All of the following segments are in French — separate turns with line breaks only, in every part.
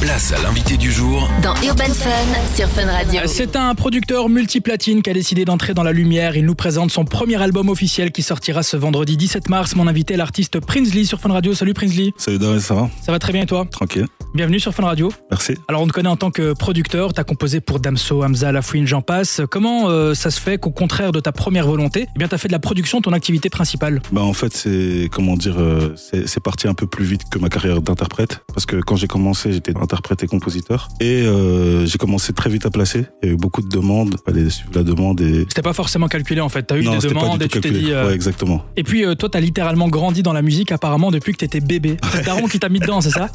Place à l'invité du jour
Dans Urban Fun sur Fun Radio.
C'est un producteur multiplatine qui a décidé d'entrer dans la lumière. Il nous présente son premier album officiel qui sortira ce vendredi 17 mars. Mon invité est l'artiste Prinsley sur Fun Radio. Salut Prinsley,
Salut Darren, ça va
ça va très bien et toi
Tranquille.
Bienvenue sur Fun Radio.
Merci.
Alors on te connaît en tant que producteur, t'as composé pour Damso, Hamza, Lafouine, j'en passe. Comment euh, ça se fait qu'au contraire de ta première volonté, eh bien t'as fait de la production ton activité principale
Bah en fait c'est comment dire euh, c'est c'est parti un peu plus vite que ma carrière d'interprète parce que quand j'ai commencé j'étais interprète et compositeur et euh, j'ai commencé très vite à placer. Il y a eu beaucoup de demandes, fallait suivre la demande et
C'était pas forcément calculé en fait, t'as eu
non
des
c'était pas
demandes
du
et
tout
tu t'es
calculé.
dit... euh,
Ouais exactement.
Et puis euh, toi t'as littéralement grandi dans la musique apparemment depuis que t'étais bébé. C'est Daron qui t'a mis dedans, c'est ça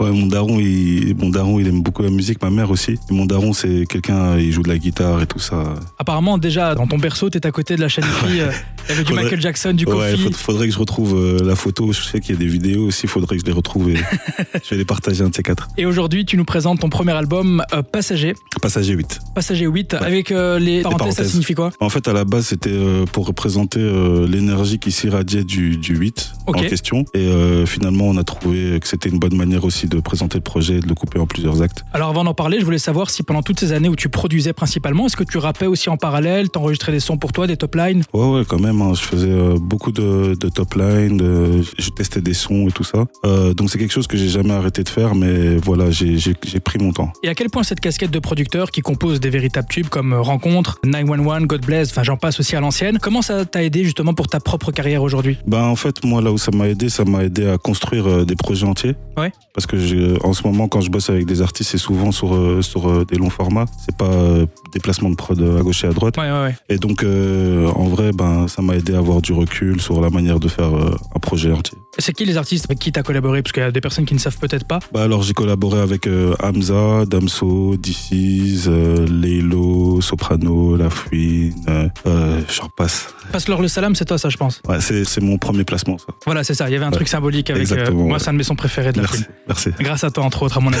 Ouais mon daron il mon daron il aime beaucoup la musique, ma mère aussi. Et mon daron c'est quelqu'un il joue de la guitare et tout ça.
Apparemment, déjà, dans ton berceau, t'es à côté de la chaîne Free. euh, Il y avait du
Faudrait-
Michael Jackson, du
ouais,
Kofi.
faut- faudrait que je retrouve euh, la photo, je sais qu'il y a des vidéos aussi, faudrait que je les retrouve et je vais les partager un de ces quatre.
Et aujourd'hui, tu nous présentes ton premier album, euh, Passager.
Passager 8.
Passager 8, avec euh, les, parenthèses, ça
parenthèses.
signifie quoi
En fait, à la base, c'était euh, pour représenter euh, l'énergie qui s'irradiait du, du 8
Ok.
en question. Et euh, finalement, on a trouvé que c'était une bonne manière aussi de présenter le projet et de le couper en plusieurs actes.
Alors avant d'en parler, je voulais savoir si pendant toutes ces années où tu produisais principalement, est-ce que tu rappais aussi en parallèle, t'enregistrais des sons pour toi, des top lines
Ouais, ouais, quand même. hein, je faisais euh, beaucoup de, de top line, de- je testais des sons et tout ça. Euh, donc, c'est quelque chose que j'ai jamais arrêté de faire, mais voilà, j'ai j'ai- j'ai pris mon temps.
Et à quel point cette casquette de producteur qui compose des véritables tubes comme euh, Rencontre, 911, God Bless, enfin j'en passe aussi à l'ancienne, comment ça t'a aidé justement pour ta propre carrière aujourd'hui
Ben en fait moi là où ça m'a aidé, ça m'a aidé à construire euh, des projets entiers.
Ouais.
Parce que je- en ce moment quand je bosse avec des artistes, c'est souvent sur euh, sur euh, des longs formats. C'est pas euh, des placements de prod euh, à gauche et à droite.
Ouais, ouais, ouais.
Et donc euh, en vrai ben ça m'a aidé à avoir du recul sur la manière de faire euh, un projet entier.
C'est qui les artistes avec qui t'as collaboré Parce qu'il y a des personnes qui ne savent peut-être pas.
Bah alors j'ai collaboré avec euh, Hamza, Damso, DC's, euh, Lelo, Soprano, Lafouine, euh, euh, j'en passe.
Passe-leur le salam, c'est toi ça, je pense.
Ouais, c'est c'est mon premier placement ça.
Voilà, c'est ça. Il y avait un
Ouais.
truc symbolique avec. euh,
Exactement,
moi,
ouais.
c'est un de mes sons préférés de la
Merci,
film.
merci.
Grâce à toi, entre autres, à mon avis.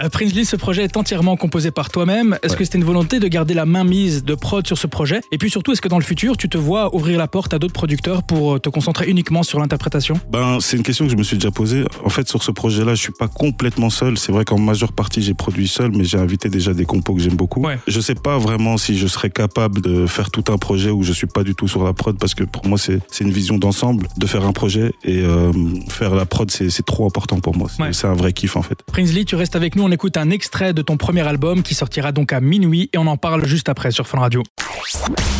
Euh, Prinsley, ce projet est entièrement composé par toi-même. Est-ce que c'était une volonté de garder la main mise de prod sur ce projet Et puis surtout, est-ce que dans le futur, tu te vois ouvrir la porte à d'autres producteurs pour euh, te concentrer uniquement sur l'interprétation
Ben, c'est une question que je me suis déjà posée. En fait, sur ce projet-là, je suis pas complètement seul. C'est vrai qu'en majeure partie, j'ai produit seul, mais j'ai invité déjà des compos que j'aime beaucoup.
Ouais.
Je sais pas vraiment si je serais capable de faire tout un projet où je suis pas du tout sur la prod, parce que pour moi, c'est c'est une vision d'ensemble de faire un projet et euh, faire la prod, c'est c'est trop important pour moi. C'est
Ouais.
c'est un vrai kiff en fait.
Prinsley, tu restes avec nous. On écoute un extrait de ton premier album qui sortira donc à minuit et on en parle juste après sur Fun Radio.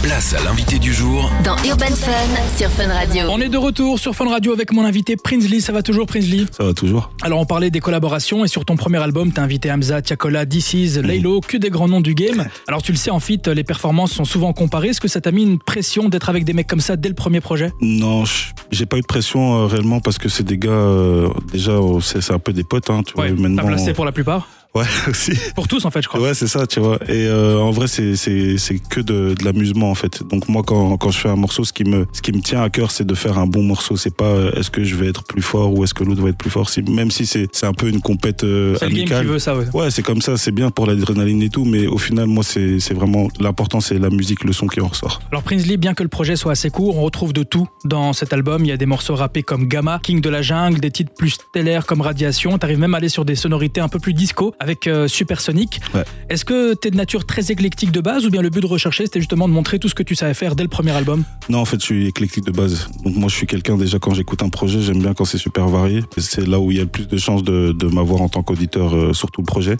Place à l'invité du jour
Dans Urban Fun sur Fun Radio.
On est de retour sur Fun Radio avec mon invité Prinsley. Ça va toujours, Prinsley
Ça va toujours.
Alors on parlait des collaborations et sur ton premier album, t'as invité Hamza, Tiakola, DC's, Laylo, que des grands noms du game. Alors tu le sais en fit, les performances sont souvent comparées. Est-ce que ça t'a mis une pression d'être avec des mecs comme ça dès le premier projet
Non, je- j'ai pas eu de pression euh, réellement parce que c'est des gars. euh, déjà, euh, c'est c'est un peu des potes, hein, tu vois. et
t'as
maintenant.
placé pour la plupart
Ouais, aussi.
Pour tous en fait, je crois.
Ouais, c'est ça, tu vois. Et euh, en vrai, c'est c'est c'est que de, de l'amusement en fait. Donc moi, quand quand je fais un morceau, ce qui me ce qui me tient à cœur, c'est de faire un bon morceau. C'est pas euh, est-ce que je vais être plus fort ou est-ce que l'autre va être plus fort. Si, même si c'est c'est un peu une compète euh,
C'est le game qui
amicale.
veut ça, ouais.
Ouais, c'est comme ça, c'est bien pour l'adrénaline et tout, mais au final, moi, c'est c'est vraiment l'important, c'est la musique, le son qui en ressort.
Alors Prinsley, bien que le projet soit assez court, on retrouve de tout dans cet album. Il y a des morceaux rappés comme Gamma, King de la Jungle, des titres plus stellaires comme Radiation. T'arrives même à aller sur des sonorités un peu plus disco avec euh, Supersonic.
Ouais.
Est-ce que t'es de nature très éclectique de base ou bien le but de rechercher c'était justement de montrer tout ce que tu savais faire dès le premier album
Non, en fait, je suis éclectique de base. Donc moi, je suis quelqu'un déjà quand j'écoute un projet, j'aime bien quand c'est super varié. C'est là où il y a le plus de chances de, de m'avoir en tant qu'auditeur euh, sur tout le projet.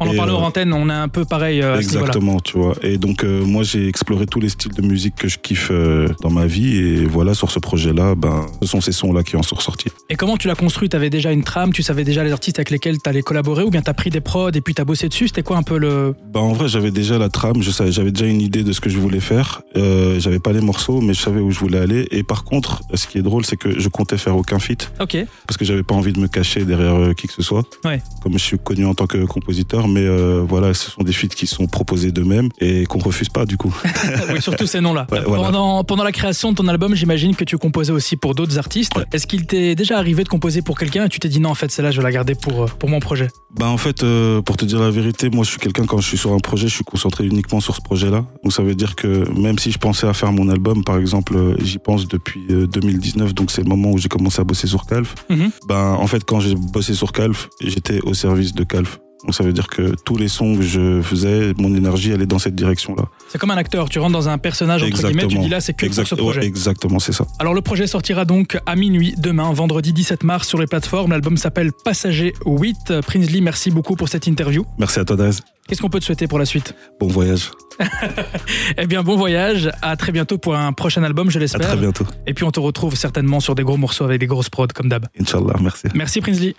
On en
Et,
parlait
euh,
hors antenne, on est un peu pareil euh, à ce niveau-là.
Exactement, tu vois. Et donc euh, moi j'ai exploré tous les styles de musique que je kiffe euh, dans ma vie et voilà sur ce projet-là, ben ce sont ces sons-là qui en sont ressortis.
Et comment tu l'as construit T'avais déjà une trame, tu savais déjà les artistes avec lesquels t'allais collaborer ou bien t'as pris des prods et puis t'as bossé dessus C'était quoi un peu le...
Ben en vrai j'avais déjà la trame, je savais, j'avais déjà une idée de ce que je voulais faire. Euh, j'avais pas les morceaux, mais je savais où je voulais aller. Et par contre, ce qui est drôle, c'est que je comptais faire aucun feat
Ok.
parce que j'avais pas envie de me cacher derrière euh, qui que ce soit.
Ouais.
Comme je suis connu en tant que compositeur, mais mais euh, voilà, ce sont des feats qui sont proposés d'eux-mêmes et qu'on refuse pas du coup.
oui, surtout ces noms-là.
Ouais, voilà.
pendant, pendant la création de ton album, j'imagine que tu composais aussi pour d'autres artistes. Est-ce qu'il t'est déjà arrivé de composer pour quelqu'un et tu t'es dit non, en fait, celle-là, je vais la garder pour, euh, pour mon projet
Bah en fait, euh, pour te dire la vérité, moi je suis quelqu'un quand je suis sur un projet, je suis concentré uniquement sur ce projet-là. Donc ça veut dire que même si je pensais à faire mon album, par exemple, euh, j'y pense depuis euh, 2019, donc c'est le moment où j'ai commencé à bosser sur Calf.
Mhm.
Ben en fait, quand j'ai bossé sur Calf, j'étais au service de Calf. Donc ça veut dire que tous les sons que je faisais, mon énergie allait dans cette direction-là.
C'est comme un acteur, tu rentres dans un personnage, entre guillemets, tu dis là, c'est que
Exact-
pour ce
ouais,
projet.
exactement, c'est ça.
Alors le projet sortira donc à minuit demain, vendredi 17 mars sur les plateformes. L'album s'appelle Passager 8. Prinsley, merci beaucoup pour cette interview.
Merci à toi, Daz.
Qu'est-ce qu'on peut te souhaiter pour la suite
Bon voyage.
Eh bien bon voyage, à très bientôt pour un prochain album, je
À très
l'espère.
bientôt.
Et puis on te retrouve certainement sur des gros morceaux avec des grosses prods comme d'hab.
Inch'Allah, merci.
Merci Prinsley.